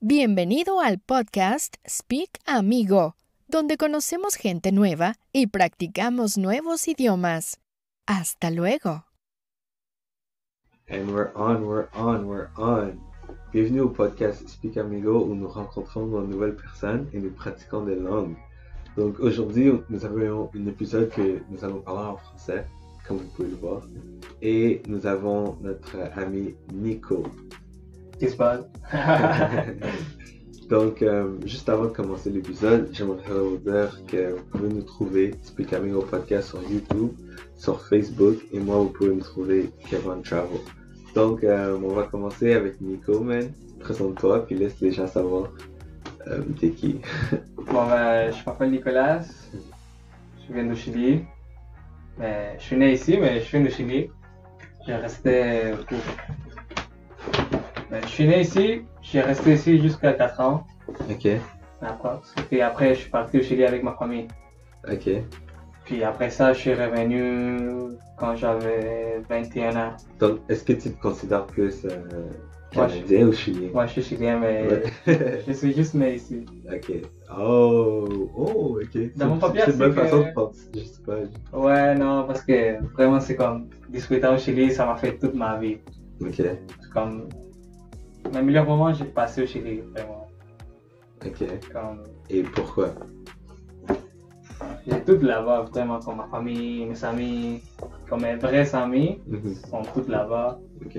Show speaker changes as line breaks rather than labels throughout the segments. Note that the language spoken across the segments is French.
Bienvenido al podcast Speak Amigo, donde conocemos gente nueva y practicamos nuevos idiomas. Hasta luego.
And we're on, we're on, we're on. Bienvenue au podcast Speak Amigo où nous rencontrons de nouvelles personnes et nous pratiquons des langues. Donc aujourd'hui, nous avons un épisode que nous allons parler en français, comme vous pouvez le voir. Et nous avons notre ami Nico.
Qu'est-ce qui se passe?
Donc, euh, juste avant de commencer l'épisode, j'aimerais vous dire que vous pouvez nous trouver Speak Amigo Podcast sur YouTube, sur Facebook, et moi, vous pouvez me trouver Kevin Travel. Donc, euh, on va commencer avec Nico, man. Présente-toi, puis laisse les gens savoir euh, t'es qui.
Bon, ben, je m'appelle Nicolas, je viens du Chili. Ben, je suis né ici, mais je viens du Chili. J'ai resté. Ben, je suis né ici, j'ai resté ici jusqu'à 4 ans.
Ok,
D'accord. Et après, je suis parti au Chili avec ma famille.
ok,
Puis après ça, je suis revenu quand j'avais 21 ans.
donc est-ce que tu te considères plus euh,
Moi,
canadien ou chilien?
Moi, je suis chilien, mais
Ouais.
je suis juste né ici.
ok. Oh, oh, ok. C'est-
Dans mon papier,
C'est une bonne
c'est que-
façon de penser, je sais pas.
Ouais, non, parce que vraiment, c'est comme discuter au Chili, ça m'a fait toute ma vie.
Ok,
comme le meilleur moment j'ai passé au Chili vraiment
ok.
comme
Et pourquoi?
j'ai tout là-bas vraiment comme ma famille mes amis comme mes vrais amis
Mhm.
sont tous là-bas
Ok.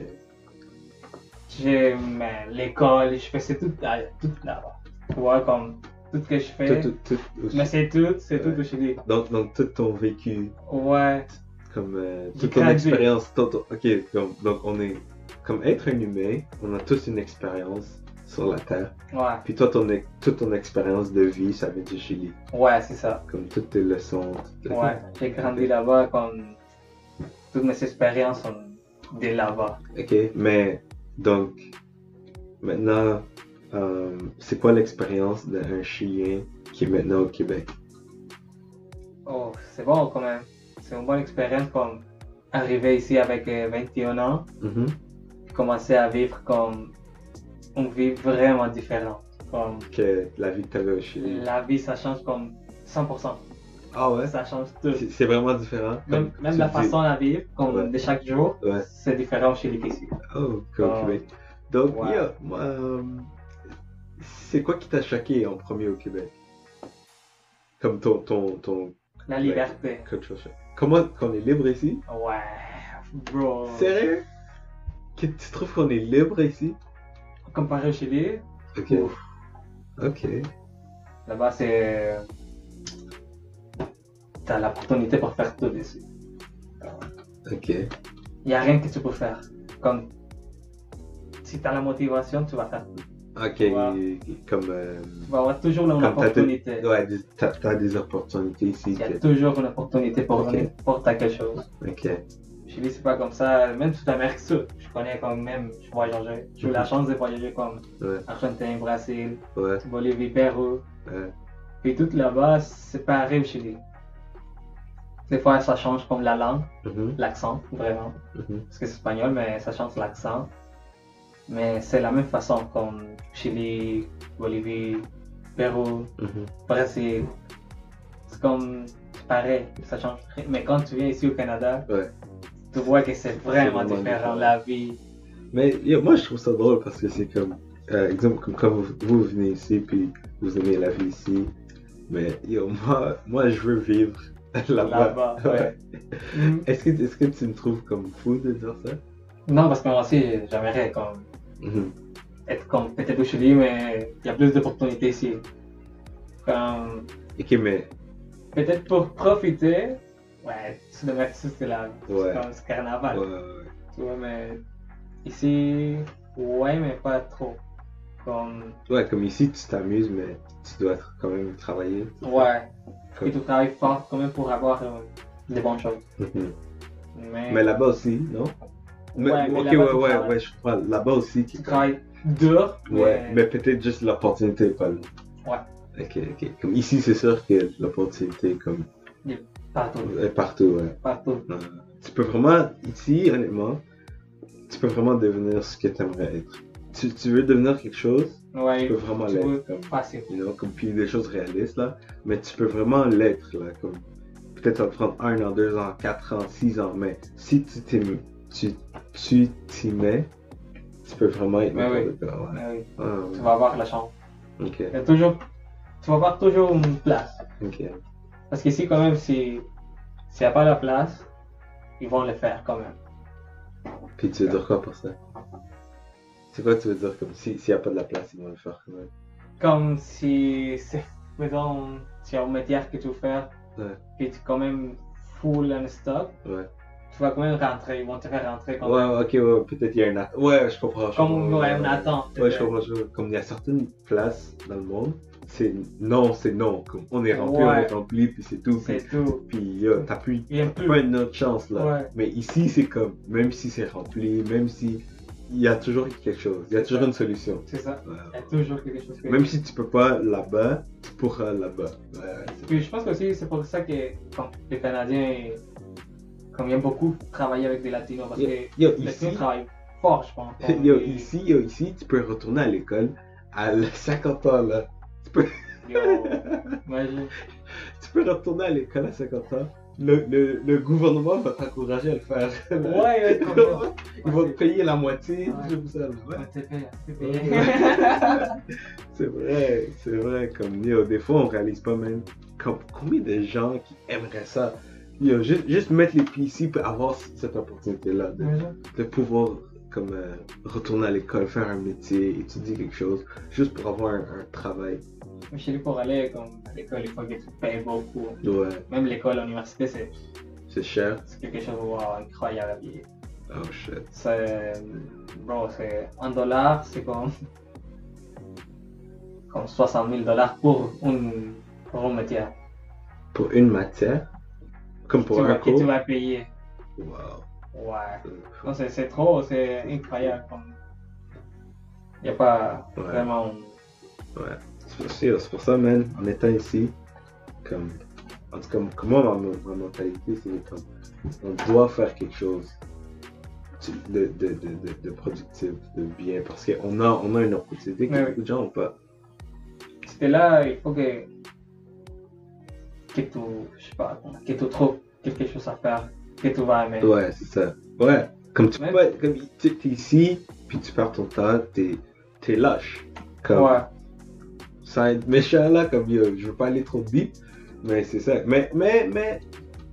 j'ai mais, l'école je faisais tout, ah, à- tout là-bas tu vois comme tout ce que je fais
Tout- tout- tout-
mais c'est tout c'est
Ouais.
tout au Chili
donc, donc tout ton vécu,
ouais
comme euh,
J'ai
toute ton
gradué.
expérience, ton- ton- ok, donc, donc on est comme être un humain, on a tous une expérience sur la terre.
ouais
Puis toi, ton, ex- toute ton expérience de vie, ça vient du Chili,
ouais c'est ça
comme toutes tes leçons. toutes les-
ouais j'ai grandi là-bas comme toutes mes expériences sont de là-bas
Ok, mais donc maintenant, euh, c'est quoi l'expérience d'un Chilien qui est maintenant au Québec?
Oh, c'est bon quand même. C'est une bonne expérience comme arriver ici avec euh, 21 ans,
Mhm.
puis commencer à vivre comme une vie vraiment différente. Comme
Que la vie que t'avais au Chili.
la vie, ça change comme 100%.
Ah ouais?
Ça change tout.
C'est c'est vraiment différent.
Même,
comme
même
tu
la
dis.
façon à vivre, comme
Ouais.
de chaque jour,
Ouais.
c'est différent chez les ici.
Oh, comme au
Ah.
Québec. Donc,
Ouais.
yeah, moi, euh, c'est quoi qui t'a choqué en premier au Québec? Comme ton, ton, ton
La liberté.
culture shock. Comment qu'on est libre ici?
Ouais, bro.
Sérieux? Que tu trouves qu'on est libre ici?
Comparé au Chili,
Ok.
ouf,
Ok.
là-bas c'est. T'as l'opportunité pour faire tout ici.
Ok.
Il n'y a rien que tu peux faire. Comme si tu as la motivation, tu vas faire.
Ok.
Ouais.
Comme, euh,
Tu vas avoir toujours une
Comme t'as tout-
opportunité.
ouais, des- t'as t'as des opportunités ici.
Il y a
que-
toujours une opportunité pour
Ok.
n'importe quelle chose.
Ok.
Je dis, c'est pas comme ça. Même toute l'Amérique du Sud, je connais quand même, je voyageais. J'ai eu la chance de voyager comme
Ouais.
Argentine, Brésil,
Ouais.
Bolivie, Pérou.
Ouais.
Puis tout là-bas, c'est pareil au Chili. Des fois, ça change comme la langue,
Mhm,
l'accent, vraiment.
mhm.
parce que c'est espagnol, mais ça change l'accent. Mais c'est la même façon comme Chili, Bolivie, Pérou,
mhm.
Brésil. C'est comme c'est pareil, ça change. rien. Mais quand tu viens ici au Canada,
Ouais.
tu vois que c'est vraiment
C'est vraiment
différent
différent.
la vie.
Mais yo, moi, je trouve ça drôle parce que c'est comme, euh, exemple, comme quand vous, vous venez ici, puis vous aimez la vie ici. Mais yo, moi, moi, je veux vivre là-bas.
Là-bas, ouais. Mm.
Est-ce que, est que tu me trouves comme fou de dire ça?
Non, parce que moi aussi, j'aimerais comme
Mhm.
être comme peut-être au Chili, mais il y a plus d'opportunités ici. Comme
Ok, mais
peut-être pour profiter, ouais, c'est le maximum que la
Ouais.
c'est comme ce carnaval.
ouais, ouais,
Tu vois, mais ici, ouais, mais pas trop. Comme,
ouais, comme ici, tu t'amuses, mais tu dois être- quand même travailler. c'est ça?
ouais,
Comme-
et tu travailles fort quand même pour avoir euh, des bonnes choses.
Mhm.
Mais,
Mais là-bas aussi, non? Mais-
Ouais, mais
ok,
là-bas,
ouais,
tu
ouais,
travailles.
ouais, je comprends. Là-bas aussi,
tu
qui-
travailles dur,
Ouais,
mais,
mais peut-être juste l'opportunité, pas le.
Ouais.
Ok, ok. Comme ici, c'est sûr que l'opportunité est comme
partout,
est partout. ouais.
partout.
Euh, tu peux vraiment, ici, honnêtement, tu peux vraiment devenir ce que tu aimerais être. tu, tu veux devenir quelque chose, tu
Ouais.
peux vraiment
Tu veux
l'être. Comme,
passer.
you know, comme puis des choses réalistes, là. Mais tu peux vraiment l'être, là. Comme, peut-être ça va te prendre un an, deux ans, quatre ans, six ans, mais si tu t'y, tu, tu t'y mets, tu peux vraiment être
Ouais,
n'importe quoi, ouais.
Ah oui,
Ah, ouais.
Tu vas avoir la chance.
Ok,
Il y a toujours, tu vas avoir toujours une place.
ok.
Parce qu'ici, quand même, si- s'il n'y a pas la place, ils vont le faire quand même.
Puis tu veux dire quoi pour ça? C'est quoi tu veux dire comme si s'il n'y a pas de la place, ils vont le faire quand même.
Comme si, c'est- mettons, s'il y a une matière que tu veux faire,
Ouais.
puis tu es quand même full en stock,
Ouais.
tu vas quand même rentrer. Ils vont te faire rentrer quand même.
Ouais, ok, ouais, peut-être il y a un attente. Ouais, je comprends. je
Comme
comprends,
ouais, on attend.
Ouais, je comprends. je comprends. Comme il y a certaines places dans le monde, c'est non, c'est non. Comme on est rempli, on
Ouais.
est rempli, puis c'est tout. Puis,
C'est tout.
puis yo, t'as plus,
Il y a
t'as
plus.
pas une autre chance là.
Ouais.
Mais ici, c'est comme, même si c'est rempli, même si il y a toujours quelque chose, il y a toujours une solution.
C'est ça.
Ouais.
Il y a toujours quelque chose que...
Même si tu peux pas là-bas, tu pourras là-bas. Euh, Ouais, c'est-
Puis je pense aussi c'est pour ça que bon, les Canadiens, comme ils aiment beaucoup travailler avec des Latinos, parce que
Yo,
les
ici,
Latinos travaillent fort, je pense. Comme
Yo,
des-
ici, yo, ici, tu peux retourner à l'école à la 50 ans, là.
Yo, imagine.
Tu peux retourner à l'école à 50 ans. Le, le, le gouvernement va t'encourager à le faire.
Ouais, ouais, comme ça.
Ils vont te payer la moitié,
Ouais.
tout ça, là. Ouais.
Ouais, t'es payé, t'es payé.
Ouais. c'est vrai, c'est vrai. Comme, yo, des fois, on réalise pas même comme, combien de gens qui aimeraient ça. Yo, juste, juste mettre les pieds ici pour avoir cette opportunité-là de
Imagine.
de pouvoir comme euh, retourner à l'école, faire un métier, étudier quelque chose, juste pour avoir un, un travail.
Mais chez lui, pour aller comme, à l'école, il faut que tu payes beaucoup.
Ouais,
Même l'école, l'université, c'est
euh, c'est cher.
c'est quelque chose wow, incroyable. Puis
Oh shit.
C'est. Bro, c'est. En dollars, c'est comme. Comme 60 000 dollars pour une. Pour une matière.
Pour une matière, comme pour
tu
un
vas, que
cours.
tu vas payer.
Wow.
Ouais.
Euh,
Non, c'est, c'est trop, c'est incroyable. Il n'y a pas
Ouais.
vraiment.
C'est pour- C'est c'est pour ça, man, en étant ici, comme. En tout cas, comme moi, ma, ma mentalité, c'est comme. On doit faire quelque chose de, de, de, de, de productif, de bien, parce qu'on a, on a une opportunité que
Ouais,
beaucoup de gens n'ont pas.
C'était là, il faut que. Que tu. Je sais pas, que tu trouves quelque chose à faire, que tu vas aimer.
Ouais, c'est ça. Ouais. Comme tu peux
Ouais.
pas- comme tu t'es ici, puis tu perds ton temps, t'es t'es lâche. Comme
Ouais.
sans être méchant là, comme yo, je veux pas aller trop deep, mais c'est ça. Mais mais mais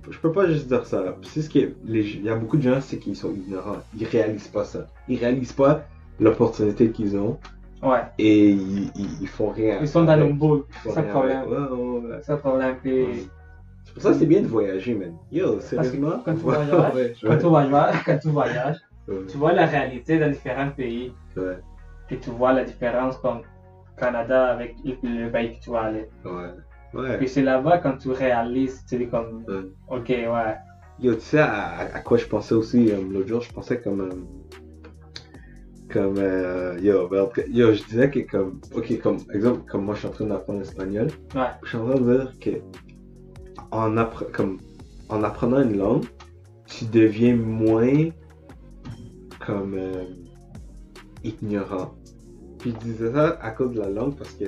je peux pas juste dire ça là. C'est ce qui est- les il y a beaucoup de gens c'est qu'ils sont ignorants, ils réalisent pas ça. Ils réalisent pas l'opportunité qu'ils ont
ouais.
et ils, ils, ils font rien.
Ils sont dans
avec.
une boule,
Ils font
c'est ça le
rien
problème.
avec. Ouais, ouais, ouais.
C'est le problème. Puis,
C'est pour ça que c'est bien de voyager, man. Yo, sérieusement.
quand tu
Ouais,
voyages,
ouais,
quand tu voyages, quand tu voyages,
ouais,
tu vois la réalité dans différents pays,
ouais,
puis tu vois la différence comme Canada avec le- le pays que tu vas aller.
ouais, ouais.
Puis c'est là-bas quand tu réalises, tu dis comme,
Ouais.
ok, ouais,
Yo, tu sais à, à- à quoi je pensais aussi euh, l'autre jour, je pensais comme. euh, comme. euh, yo, ben, en tout cas, yo, je disais que comme. Ok, comme exemple, comme moi je suis en train d'apprendre l'espagnol,
ouais,
je suis en train de dire que. En, appre- comme, en apprenant une langue, tu deviens moins. comme. euh, ignorant. Puis je disais ça à cause de la langue parce que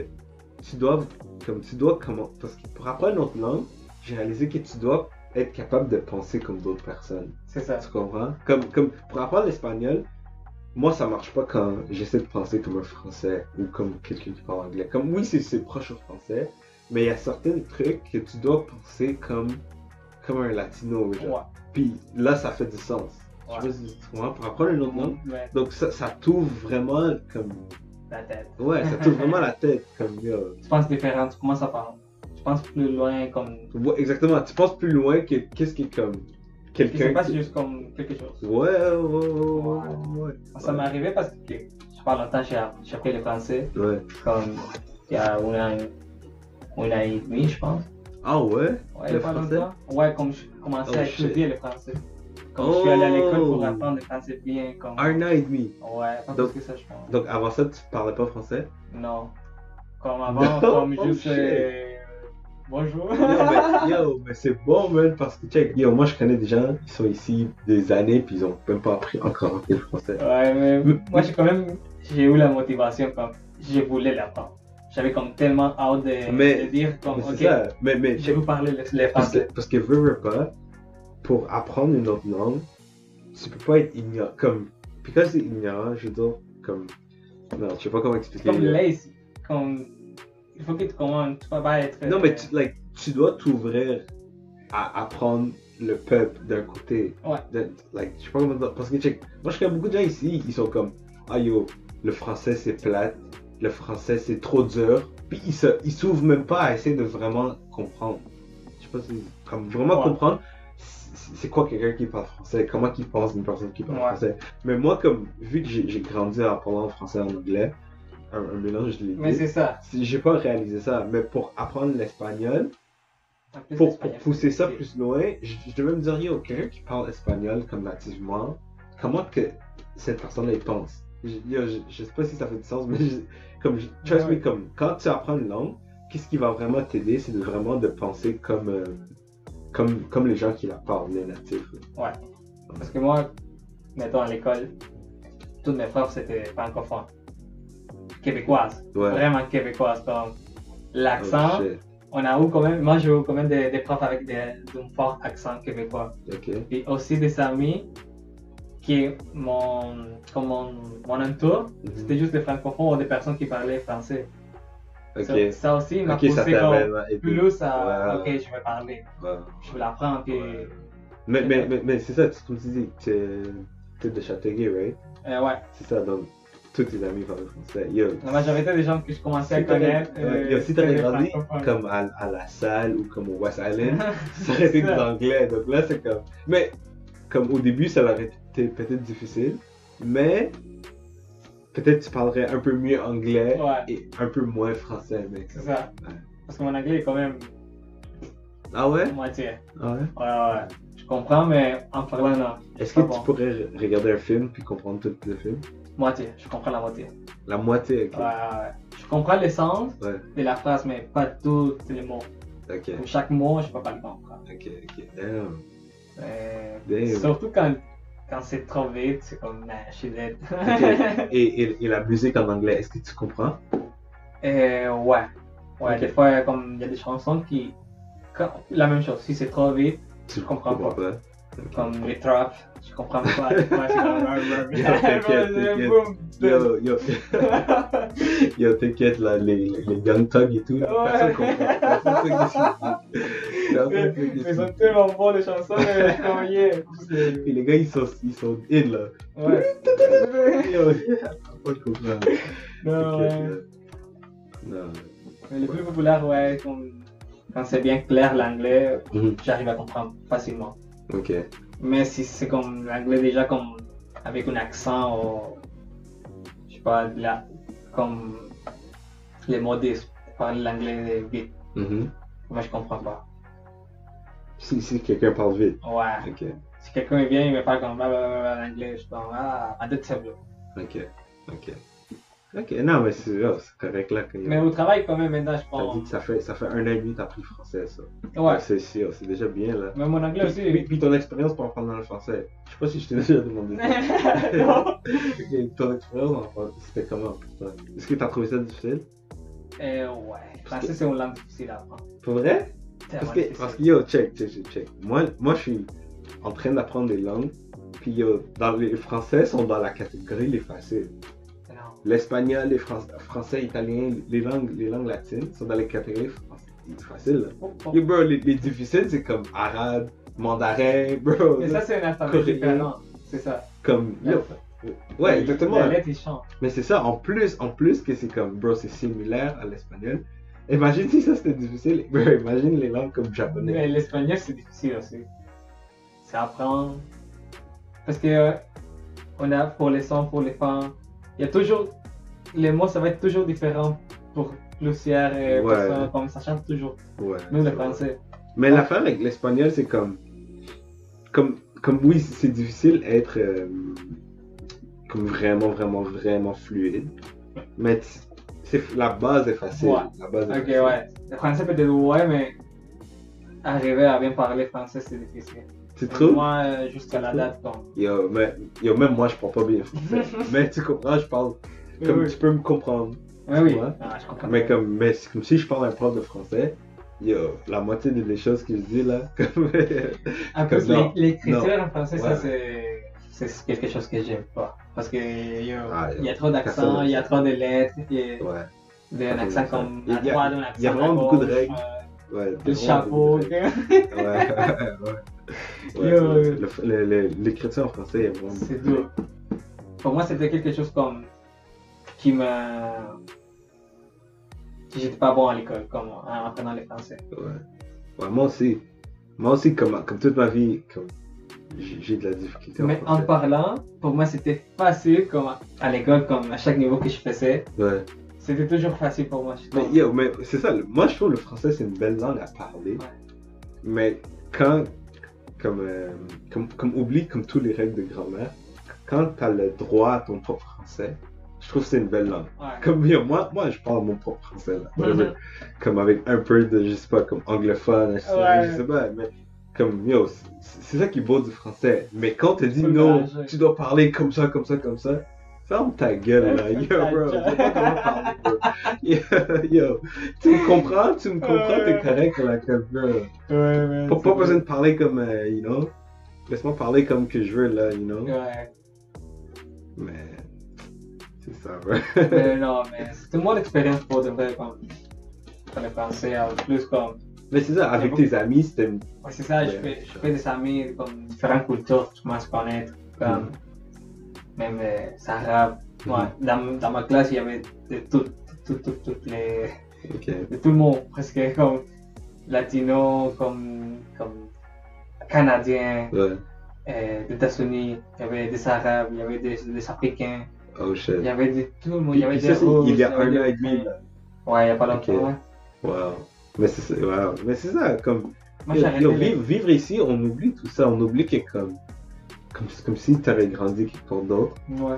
tu dois. comme tu dois comment. parce que pour apprendre une autre langue, j'ai réalisé que tu dois être capable de penser comme d'autres personnes.
c'est ça.
Tu comprends? Comme, comme pour apprendre l'espagnol, moi ça marche pas quand j'essaie de penser comme un français ou comme quelqu'un qui parle anglais. Comme oui, c'est- c'est proche au français, mais il y a certains trucs que tu dois penser comme, comme un latino.
Ouais.
Genre. Puis là, ça fait du sens.
Ouais.
Tu, vois, c'est- tu comprends? Pour apprendre une autre langue.
Ouais,
Donc ça, ça t'ouvre vraiment comme.
la tête.
Ouais, ça t'ouvre vraiment la tête. Comme, euh, yo.
Tu penses différent, tu commences à parler. Tu penses plus loin, comme.
Ouais, exactement. Tu penses plus loin que qu'est-ce qui est comme.
Tu sais
Quelqu'un.
pas
qui-
juste comme quelque chose.
Ouais, ouais, ouais, ouais, ouais.
Ça m'est arrivé parce que je parle longtemps, j'ai j'ai appris le français,
Ouais.
comme il y a un an, un an et demi, je pense.
Ah ouais?
Ouais,
Le
pas
français?
longtemps. Ouais, comme je commençais
Oh,
à
shit.
étudier le français. Comme je suis allé à l'école
Oh.
pour apprendre le français bien, comme.
Un an et demi.
Ouais, pas
Donc-
plus que ça, je pense.
Donc avant ça, tu parlais pas français?
Non. Comme avant,
Non,
comme
oh
juste
shit.
euh, Bonjour.
Yo, mais, yo, mais c'est bon, man, parce que, check, yo, moi, je connais des gens qui sont ici des années, puis ils ont même pas appris encore le français.
Ouais, mais moi, j'ai quand même, j'ai eu la motivation comme je voulais l'apprendre. J'avais comme tellement hâte de,
Mais-
de dire comme,
Mais c'est
ok,
ça. Mais, mais,
je
check,
veux parler le, le
parce que,
français.
parce que veux, veux pas, pour apprendre une autre langue, tu peux pas être ignorant. Comme, puis quand c'est ignorant, je veux dire, comme, non, je sais pas comment
C'est
expliquer.
comme
là.
lazy. Comme, il faut que tu commandes, tu vas pas être...
Non, mais tu, like, tu dois t'ouvrir à apprendre le peuple d'un côté.
Ouais.
De- like, je sais pas comment dire. Parce que, check, moi je connais beaucoup de gens ici, ils sont comme, ah yo, le français c'est plate, le français c'est trop dur. Puis ils se- ils s'ouvrent même pas à essayer de vraiment comprendre. Je sais pas si. Comme vraiment
Ouais.
comprendre, c'est c'est quoi quelqu'un qui parle français, comment qu'il pense une personne qui parle
Ouais.
français. Mais moi, comme, vu que j'ai j'ai grandi en apprenant français et en anglais, un, un mélange de les
Mais
deux,
c'est ça.
si- J'ai pas réalisé ça, mais pour apprendre l'espagnol,
En plus,
pour,
l'espagnol,
pour pousser
c'est
ça
compliqué.
plus loin, je, je devais me dire, yo, quelqu'un qui parle espagnol comme nativement, comment que cette personne-là elle pense je, yo, je, je sais pas si ça fait du sens, mais je- comme, je- trust
Ouais.
me, comme, quand tu apprends une langue, qu'est-ce qui va vraiment t'aider, c'est de vraiment de penser comme, euh, comme, comme les gens qui la parlent, les natifs.
Parce que moi, mettons à l'école, toutes mes profs c'était francophones. Québécoises.
Ouais.
Vraiment québécoises. Donc,
Oh,
l'accent,
shit.
on a eu quand même, moi j'ai eu quand même des, des profs avec des, d'un fort accent québécois.
ok.
Et aussi des amis qui, mon, comme mon, mon entour, c'était juste des francophones ou des personnes qui parlaient français.
Ok.
Ça, ça aussi m'a
Ok, ça
poussé comme
t'amène à aider.
plus à,
Ouais.
ok, je vais parler,
Ouais.
je vais l'apprendre, puis,
Ouais. Mais, mais, mais, mais c'est ça, tu- comme tu dis, t'es t'es de Châteauguay, right?
euh, ouais.
C'est ça, donc tous tes amis parlent français. Yo,
La majorité des gens que je commençais à
si t'aurais-
connaître. euh,
ouais, yo, si t'avais grandi comme à, à La Salle ou comme au West Island, ça aurait été des
C'est ça.
anglais. Donc là, c'est comme. Mais comme au début, ça aurait été peut-être difficile, mais peut-être tu parlerais un peu mieux anglais
Ouais.
et un peu moins français, mec.
C'est ça.
Ouais.
Parce que mon anglais est quand même
Ah ouais?
moitié.
Ah ouais?
Ouais, ouais, ouais. Je comprends, mais en parlant, non.
Est-ce que
Ah
tu
bon.
pourrais re- regarder un film puis comprendre tout le film?
Moitié. Je comprends la moitié.
La moitié,
Ouais,
ok.
ouais, ouais. Je comprends le sens
Ouais.
de la phrase, mais pas tous les mots.
Ok,
Pour chaque mot, je peux pas le comprendre.
ok, ok. Damn.
Euh,
Damn.
surtout quand, quand c'est trop vite, c'est comme, nah, je suis dead.
Ok. et, et, et la musique en anglais, est-ce que tu comprends?
Euh, ouais. Ouais,
Ok.
des fois, comme il y a des chansons qui. quand- la même chose, si c'est trop vite,
Tu
comprends
pas.
comme les trap, je comprends pas. des fois, c'est
Yeah, t'inquiète,
comme-
t'inquiète.
Boum.
Yo, yo, yo t'inquiète, là, les, les young thugs et tout, là,
Ouais.
personne comprend. Personne sait qu'est-ce qu'ils disent. Personne sait
Mais
qu'est-ce
Ils
qu'ils
sont
disent.
tellement bons les chansons, mais comme, yeah, c'est-
Et les gars, ils sont, ils sont in, là.
Ouais.
Yo, pas de comprendre.
Non,
T'inquiète,
ouais.
là. Non.
Mais le plus populaire, ouais, comme- quand c'est bien clair l'anglais,
Mhm.
j'arrive à comprendre facilement.
Ok.
Mais si c'est comme l'anglais déjà comme avec un accent ou je sais pas de la- comme les modistes parlent l'anglais vite.
Mhm.
Moi je comprends pas.
Si, si quelqu'un parle vite.
Ouais.
Ok,
Si quelqu'un vient, il me parle comme blablabla l'anglais, je suis comme ah, à deux tableaux.
ok, ok. Ok, non, mais c'est oh, c'est correct, là. que-
Mais au travail quand même maintenant je
T'as dit que
pense.
ça fait, ça fait un an et demi que t'as appris le français, ça.
Oh. Ouais.
Donc, C'est sûr, c'est déjà bien, là.
Mais mon anglais
Puis, puis-
aussi.
puis ton expérience pour apprendre le français. Je sais pas si je t'ai déjà demandé. ça.
Non.
Ok, ton expérience en français, c'était comment pour toi? Est-ce que t'as trouvé ça difficile?
Eh ouais. Français c'est une langue difficile à apprendre.
Pour vrai? Parce
Tellement
que, parce que
difficile.
yo, check, check, check, check. Moi, moi, je suis en train d'apprendre des langues. Puis yo, dans les français sont dans la catégorie les faciles.
Non.
L'espagnol, les Fran- français, italien, les langues, les langues latines sont dans les catégories fran- faciles. là.
Oh, oh.
Yo, bro, les, les difficiles, c'est comme arabe, mandarin, bro.
Mais
là,
ça c'est un alphabet
Coréen.
différent. C'est ça.
comme, yo,
La-
ouais, exactement.
La lettre il change.
Mais c'est ça, en plus, en plus que c'est comme, bro, c'est similaire à l'espagnol. Imagine si ça c'était difficile, bro, imagine les langues comme japonais.
Mais l'espagnol, c'est difficile aussi. C'est apprendre. Parce que euh, on a pour les sons, pour les femmes, il y a toujours. Les mots, ça va être toujours différent pour plusieurs euh,
Ouais.
personnes, comme ça change toujours.
Ouais.
Même le
c'est vrai.
français.
Mais l'affaire avec l'espagnol, c'est comme, comme, comme oui, c'est difficile être euh, comme vraiment, vraiment, vraiment fluide. Mais tu- c'est- la base est facile.
Ouais.
La base est
Ok,
facile.
ouais. Le français peut-être ouais, mais arriver à bien parler français, c'est difficile.
Tu trouves?
Moi, euh, jusqu'à la
Tu
date, donc.
Yo, mais, yo, même moi, je parle pas bien français. mais tu comprends, je parle comme
oui.
tu peux me comprendre.
Mais oui,
Ouais.
Ah, je comprends.
Mais comme, mais c'est comme si je parle à un prof de français, yo, la moitié des choses que je dis là, comme.
En plus,
non,
les- l'écriture en français,
Ouais.
ça, c'est- c'est quelque chose que j'aime pas. Parce que yo,
Ah,
il y a trop d'accents,
personne-
il y a trop de lettres, il y a
ouais,
d'un
Personne
accent
n'aime ça.
comme
Il y a-
à droite, un accent
il y a
à
vraiment beaucoup de
gauche,
règles.
euh,
ouais.
le
vraiment,
chapeau.
Ouais, ouais, ouais. Ouais,
Yo.
c'est vrai, c'est- le- le- le- L'écriture en français est vraiment.
C'est dur. Pour moi, c'était quelque chose comme qui m'a. que J'étais pas bon à l'école, comme en apprenant le français.
Ouais. Ouais, moi aussi. Moi aussi, comme, comme toute ma vie, comme, j'ai j'ai de la difficulté en
Mais en
français.
parlant, pour moi, c'était facile, comme à- à l'école, comme à chaque niveau que je faisais.
Ouais.
C'était toujours facile pour moi. je
Mais,
trouve.
yo, mais c'est ça, le- moi je trouve le français c'est une belle langue à parler.
Ouais.
Mais quand, comme, euh, comme, comme oublie comme tous les règles de grammaire, quand t'as le droit à ton propre français, je trouve que c'est une belle langue.
Ouais.
Comme yo, moi, moi je parle mon propre français là. Whatever.
Mhm.
comme avec un peu de, je sais pas, comme anglophone, je sais,
Ouais.
je sais pas, mais comme, yo, c'est- c'est ça qui est beau du français. Mais quand t'as dit
Faut le
non,
mélanger.
tu dois parler comme ça, comme ça, comme ça, ferme ta gueule là, yo,
Ta
bro, je
gueule.
sais pas comment parler, bro. Yo, yo, tu me comprends, tu me comprends, t'es
Ouais.
correct là, comme, bro.
Ouais, ouais,
Pas,
c'est
pas
vrai.
besoin de parler comme, euh, you know, laisse-moi parler comme que je veux là, you know,
Ouais.
mais c'est ça, bro.
Mais non, mais c'était une bonne expérience pour de vrai, comme. Pour le français, en plus, comme.
Mais c'est ça, avec tes amis, c'était une-
Ouais, c'est ça, je,
Ouais,
fais, je
ça.
fais des amis comme différentes cultures, tu commences à se connaître, comme même euh, c'est arabe. Moi, dans, dans ma classe, il y avait de tout, tout, tout, tout les,
ok,
de tout le monde, presque comme latino, comme, comme canadien,
ouais,
euh, des États-Unis, il y avait des arabes, il y avait des, des africains,
oh shit.
il y avait de tout le monde,
Puis-
il y avait
puis
des
ça, c'est
Russes,
il y a
avait
un
des-
an et demi, là.
Ouais, il n'y a pas longtemps.
Ok.
ouais.
Wow. Mais c'est ça, wow. Mais c'est ça, comme.
Moi,
yo,
j'ai arrêté
yo,
les-
vivre, vivre ici, on oublie tout ça. On oublie que comme. Comme, comme si tu avais grandi quelque part d'autre.
Ouais.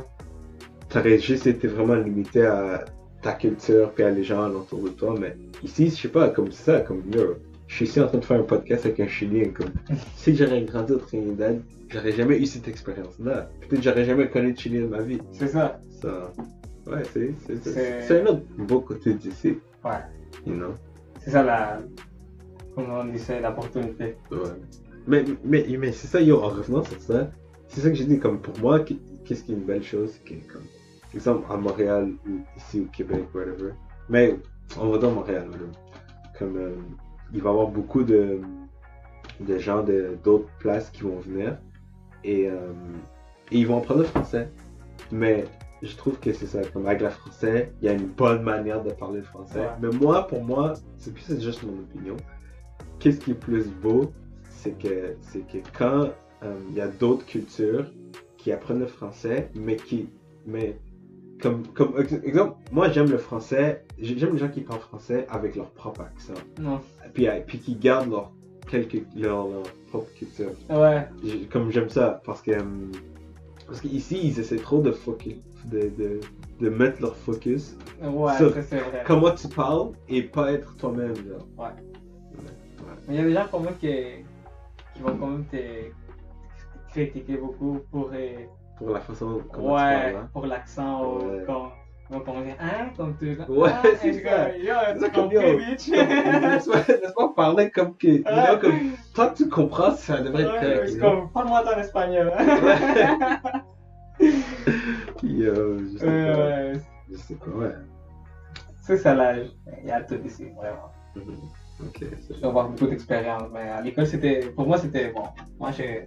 Tu aurais juste été vraiment limité à ta culture puis à les gens autour de toi. Mais ici, je sais pas, comme c'est ça, comme. yo, je suis ici en train de faire un podcast avec un Chilien. Comme, si j'aurais grandi au Trinidad, j'aurais jamais eu cette expérience-là. Peut-être j'aurais jamais connu le Chili de ma vie.
C'est ça.
Ça. Ouais, c'est. c'est- C'est
C'est-
c'est un autre beau côté d'ici.
Ouais.
You know?
C'est ça la. Comment on disait, l'opportunité.
Ouais. Mais, mais, mais c'est ça, yo, en revenant sur ça, c'est ça que j'ai dit, comme pour moi, qu- qu'est-ce qui est une belle chose, c'est que, comme, par exemple, à Montréal, ou ici au Québec, whatever, mais on va dans Montréal, whatever. comme, euh, il va y avoir beaucoup de, de gens de- d'autres places qui vont venir, et, euh, et ils vont apprendre le français, mais je trouve que c'est ça, comme avec le français, il y a une bonne manière de parler le français,
Ouais.
mais moi, pour moi, c'est plus c'est juste mon opinion, qu'est-ce qui est plus beau, c'est que, c'est que quand euh, il y a d'autres cultures qui apprennent le français, mais qui. Mais comme, comme ex- exemple, moi j'aime le français, j'ai- j'aime les gens qui parlent français avec leur propre accent,
Non.
puis, euh, puis qui gardent leur, quelque, leur, leur propre culture.
Ouais,
J'ai- Comme j'aime ça, parce que. euh, Parce qu'ici, ils essaient trop de, focus, de, de, de mettre leur focus
ouais,
Ça,
ça, c'est vrai.
comment tu parles et pas être toi-même. genre.
Mais il y a des gens quand même qui, qui vont quand même te te critiquer beaucoup pour, euh,
Pour la façon comment tu
ouais,
parles. hein.
pour l'accent
Ouais.
ou comme, ou comme dire, hein, comme tu
Ouais,
ah,
c'est
et
ça.
comme, Yo,
C'est ça
tu
comme,
compris,
yo,
bitch.
Laisse-moi laisse-moi parler comme que. you know, comme-
Ouais,
Tant que tu comprends, ça devrait être correct.
c'est
you know?
comme, parle-moi ton espagnol.
Puis, euh, je sais
Ouais,
pas.
ouais.
Je sais pas, ouais.
C'est ça là, il y a tout ici, vraiment.
Mhm. Ok.
Je
c'est-
dois avoir beaucoup d'expérience, mais à l'école, c'était, pour moi, c'était bon. Moi, j'ai-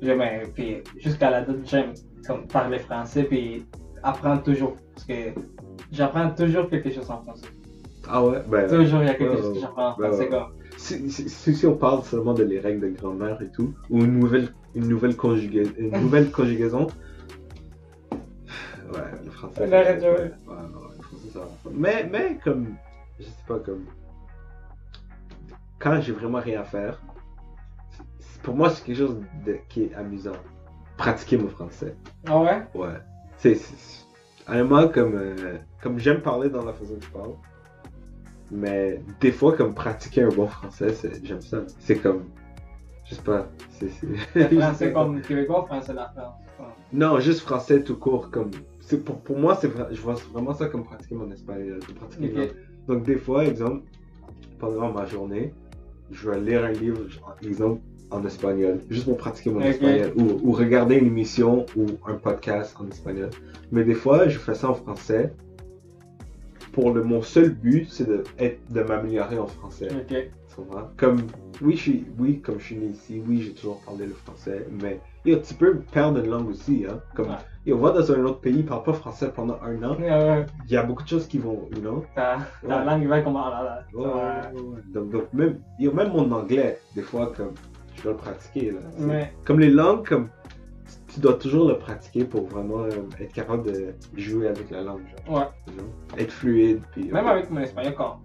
j'aimais, puis jusqu'à la date, j'aime comme parler français, puis apprendre toujours, parce que j'apprends toujours quelque chose en français.
Ah ouais, ben.
Toujours, il y a quelque
ouais,
chose que j'apprends en
ouais,
français,
ouais.
comme,
Si, si- si- si on parle seulement de les règles de grammaire et tout, ou une nouvelle, une nouvelle, conjuga- une nouvelle conjugaison. Ouais, le français.
On
ça-
arrête,
ouais,
ouais.
ouais, le français, ça va pas. Mais, mais, comme. Je sais pas, comme. Quand j'ai vraiment rien à faire, c'est- pour moi, c'est quelque chose de- qui est amusant. Pratiquer mon français.
ah ouais?
Ouais. C'est, c'est- Allemand, comme, euh, comme j'aime parler dans la façon que je parle, mais des fois, comme pratiquer un bon français, c'est- j'aime ça. C'est comme. Je sais pas. C'est. c'est-
Le français comme québécois, français la France. Comme-
Non, juste français tout court. Comme... c'est Pour, pour moi, c'est vra- je vois vraiment ça comme pratiquer mon espagnol. comme pratiquer une
Ok.
langue. Donc, des fois, exemple, pendant ma journée, je vais lire un livre, genre, exemple, en espagnol, juste pour pratiquer mon
Ok.
espagnol, ou, ou regarder une émission ou un podcast en espagnol. Mais des fois, je fais ça en français. Pour le, mon seul but, c'est de, être- de m'améliorer en français.
Ok.
Tu comprends? Comme, oui, je suis, oui, comme je suis né ici, oui, j'ai toujours parlé le français, mais yo, tu peux perdre une langue aussi. Hein? Comme,
Ouais.
yo, va dans un autre pays, parle pas français pendant un an,
Ouais, ouais.
il y a beaucoup de choses qui vont, you know?
Ta, ta
Ouais.
langue va comme. ah là là, ça
Ouais,
va-
ouais, ouais. Donc, donc même, yo, même mon anglais, des fois, comme, je dois le pratiquer. Là, C'est-
Mais
Comme les langues, comme, tu dois toujours le pratiquer pour vraiment euh, être capable de jouer avec la langue. Genre,
ouais.
you know? Être fluide. Puis,
Même avec mon espagnol, quand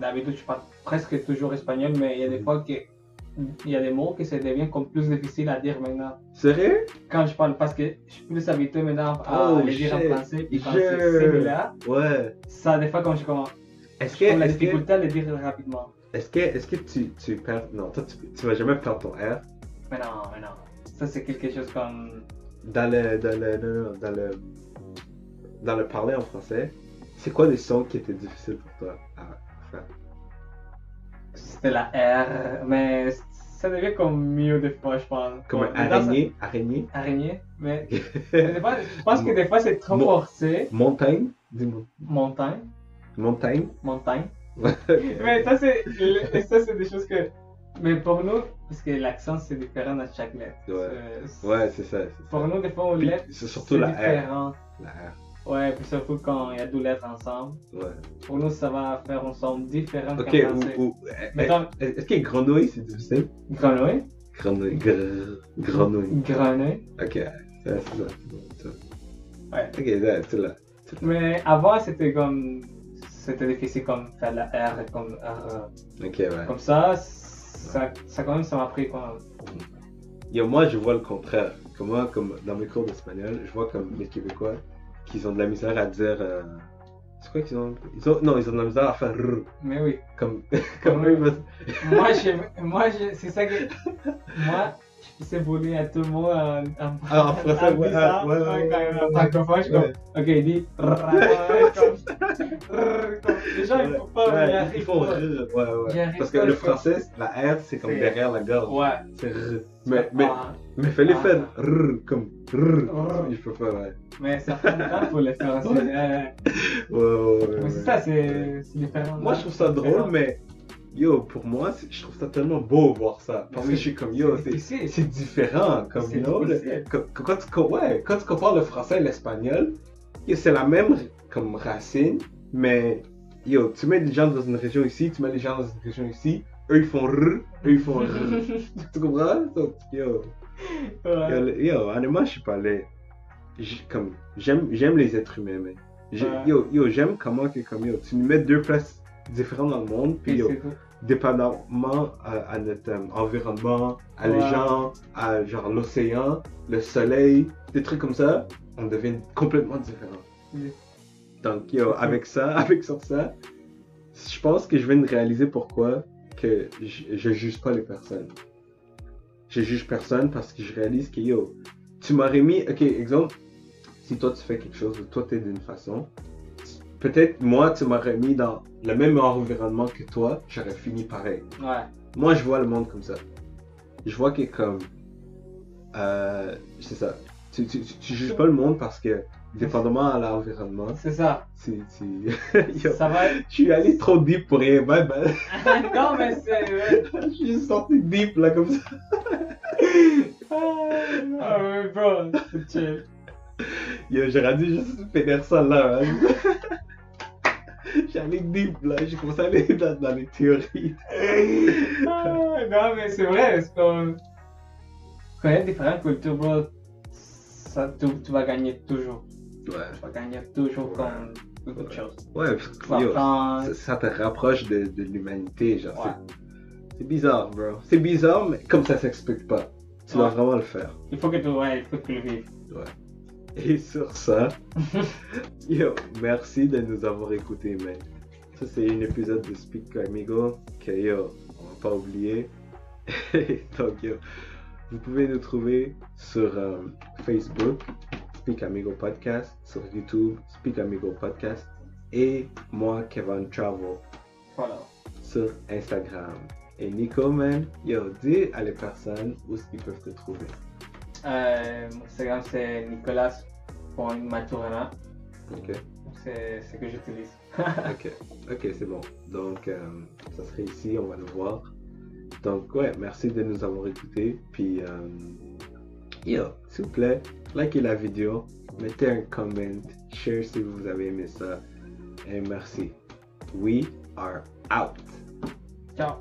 d'habitude je parle presque toujours espagnol, mais il y a des
Mhm.
fois que il y a des mots que ça devient comme plus difficile à dire maintenant.
Sérieux?
Quand je parle, parce que je suis plus habitué maintenant à
Oh,
les dire en
shit.
français, puis quand
Je-
c'est similaire,
Ouais.
ça des fois quand je commence,
Est-ce
j'ai comme la
est-ce
difficulté à le dire rapidement.
Est-ce que, est-ce que tu, tu perds. Non, toi, tu, tu vas jamais perdre ton R.
Mais non, mais non. Ça c'est quelque chose comme.
Dans le, dans le, non, non, dans le, dans le parler en français, c'est quoi des sons qui étaient difficiles pour toi à faire?
C'était la R, mais ça devient comme mieux des fois, je pense.
Comme un
Mais dans-
araignée, araignée,
Araignée, mais des fois, je pense que des fois c'est trop
Mon-
forcé.
montagne, dis-moi,
Montagne,
montagne.
montagne.
Ok.
Mais ça, c'est le- ça, c'est des choses que. Mais pour nous, parce que l'accent, c'est différent à chaque lettre.
Ouais.
C'est-
Ouais, c'est ça. c'est ça.
Pour nous, des fois, on
Puis,
lettre,
c'est surtout
c'est
la R.
différent.
La R.
Ouais, puis surtout quand il y a deux lettres ensemble.
Ouais.
Pour nous, ça va faire ensemble différent
Ok,
qu'en français.
ou, ou- est-
Mettons,
est- est-ce que grenouille c'est difficile?
grenouille.
Grenouille. gr- Grenouille.
Grenouille.
Ok, ouais, c'est ça. c'est ça.
Ouais.
Ok, là, c'est là.
Mais avant, c'était comme. C'était difficile comme faire la R, comme R. euh,
Ok, ouais.
Comme ça, ça, ça quand même, ça m'a pris quand
Yo, moi, je vois le contraire. Comme moi, comme dans mes cours d'espagnol, je vois comme les Québécois qu'ils ont de la misère à dire. euh, C'est quoi qu'ils ont... ils ont Non, ils ont de la misère à faire rrr.
Mais oui.
Comme, comme eux, ils vont-
moi, je, moi je, c'est ça que. Moi, je faisais voler à tout le monde en, en,
Ah, en français, ouais,
bizarre,
ouais, ouais, ouais,
quand il y en a
ouais.
francophone, je suis comme,
Ouais.
ok, il dit. rrr, ouais, comme- rrr, comme- Les gens, ils
Ouais,
font pas, mais ils
ouais, ils
arrivent
font
pas.
rrr. Ouais,
Ils
ouais.
arrivent
Parce que
pas,
le
je crois.
français, la R, c'est comme
C'est-
derrière la gorge.
Ouais.
C'est rrr. Mais, mais,
Ah,
mais fallait
Ah. Oh.
faire rrr, comme rrr.
Rrr.
Je peux pas, ouais.
mais ça prend du temps pour le faire. c'est- ouais,
Ouais, ouais, ouais,
ouais.
ouais.
Mais c'est ça, c'est c'est différent.
Moi, je trouve ça drôle, mais yo, pour moi, c'est- je trouve ça tellement beau voir ça. Parce
Oui,
que je suis comme yo, c'est
difficile.
c'est différent. Comme
C'est
you know, le-
difficile.
que- que- quand, tu, co- ouais, quand tu compares le français et l'espagnol, yo, c'est la même comme racine, mais yo, tu mets des gens dans une région ici, tu mets des gens dans une région ici, eux ils font r, eux ils font r. tu comprends? Donc, yo,
Ouais.
yo, le- yo, honnêtement, je suis pas allé. J- Comme, j'aime, j'aime les êtres humains, mais
Ouais.
yo, yo, j'aime comment que comme yo, tu nous mets deux places différentes dans le monde, puis
Puis
yo,
c'est tout.
dépendamment à, à notre euh, environnement, à
Ouais.
les gens, à genre l'océan, le soleil, des trucs comme ça, on devient complètement différent.
Oui.
Donc yo, avec ça, avec sur ça, je pense que je viens de réaliser pourquoi que je, je juge pas les personnes. Je juge personne parce que je réalise que yo, tu m'aurais mis, ok, exemple, si toi tu fais quelque chose ou toi t'es d'une façon, peut-être moi tu m'aurais mis dans le même environnement que toi, j'aurais fini pareil
Ouais.
moi je vois le monde comme ça. Je vois que comme euh, c'est ça. Tu, tu, tu, tu juges pas le monde parce que dépendamment à l'environnement,
C'est ça.
tu, tu... Yo,
Ça va.
je suis allé trop deep pour rien. Bye bye.
non, mais c'est.
je suis sorti deep là comme ça.
Ah, mais bro, c'est chill.
Yo, j'aurais dû juste finir ça là. hein. J'suis allé deep là. J'ai commencé à aller dans, dans les théories.
Ah, non, mais c'est vrai, c'est comme. Quand il y a différentes cultures, bro, ça, tu, tu vas gagner toujours.
Ouais.
Tu vas gagner toujours
Ouais.
comme beaucoup de
Ouais.
choses.
Ouais, parce
Tu vas
que, yo,
prendre-
ça, ça te rapproche de, de l'humanité, genre.
Ouais.
c'est- C'est bizarre, bro. C'est bizarre, mais comme ça s'explique pas. Tu dois
Ouais.
vraiment le faire.
Il faut que tu, ouais, il faut que tu le vives.
Ouais. Et sur ça, yo, merci de nous avoir écoutés, man. Ça, c'est un épisode de Speak Amigo que yo, on va pas oublier. Donc, yo, vous pouvez nous trouver sur euh, Facebook, Speak Amigo Podcast, sur YouTube, Speak Amigo Podcast, et moi, Kevin Travel,
Voilà.
sur Instagram. Et Nico, man, yo, dis à les personnes où ils peuvent te trouver.
Euh, mon Instagram, c'est nicolas.maturana.
Ok?
C'est ce que j'utilise.
Ok, ok, c'est bon. Donc, euh, ça serait ici, on va le voir. Donc, ouais, merci de nous avoir écoutés. Puis, euh, yo, s'il vous plaît, likez la vidéo, mettez un comment, share si vous avez aimé ça. Et merci. We are out.
Ciao.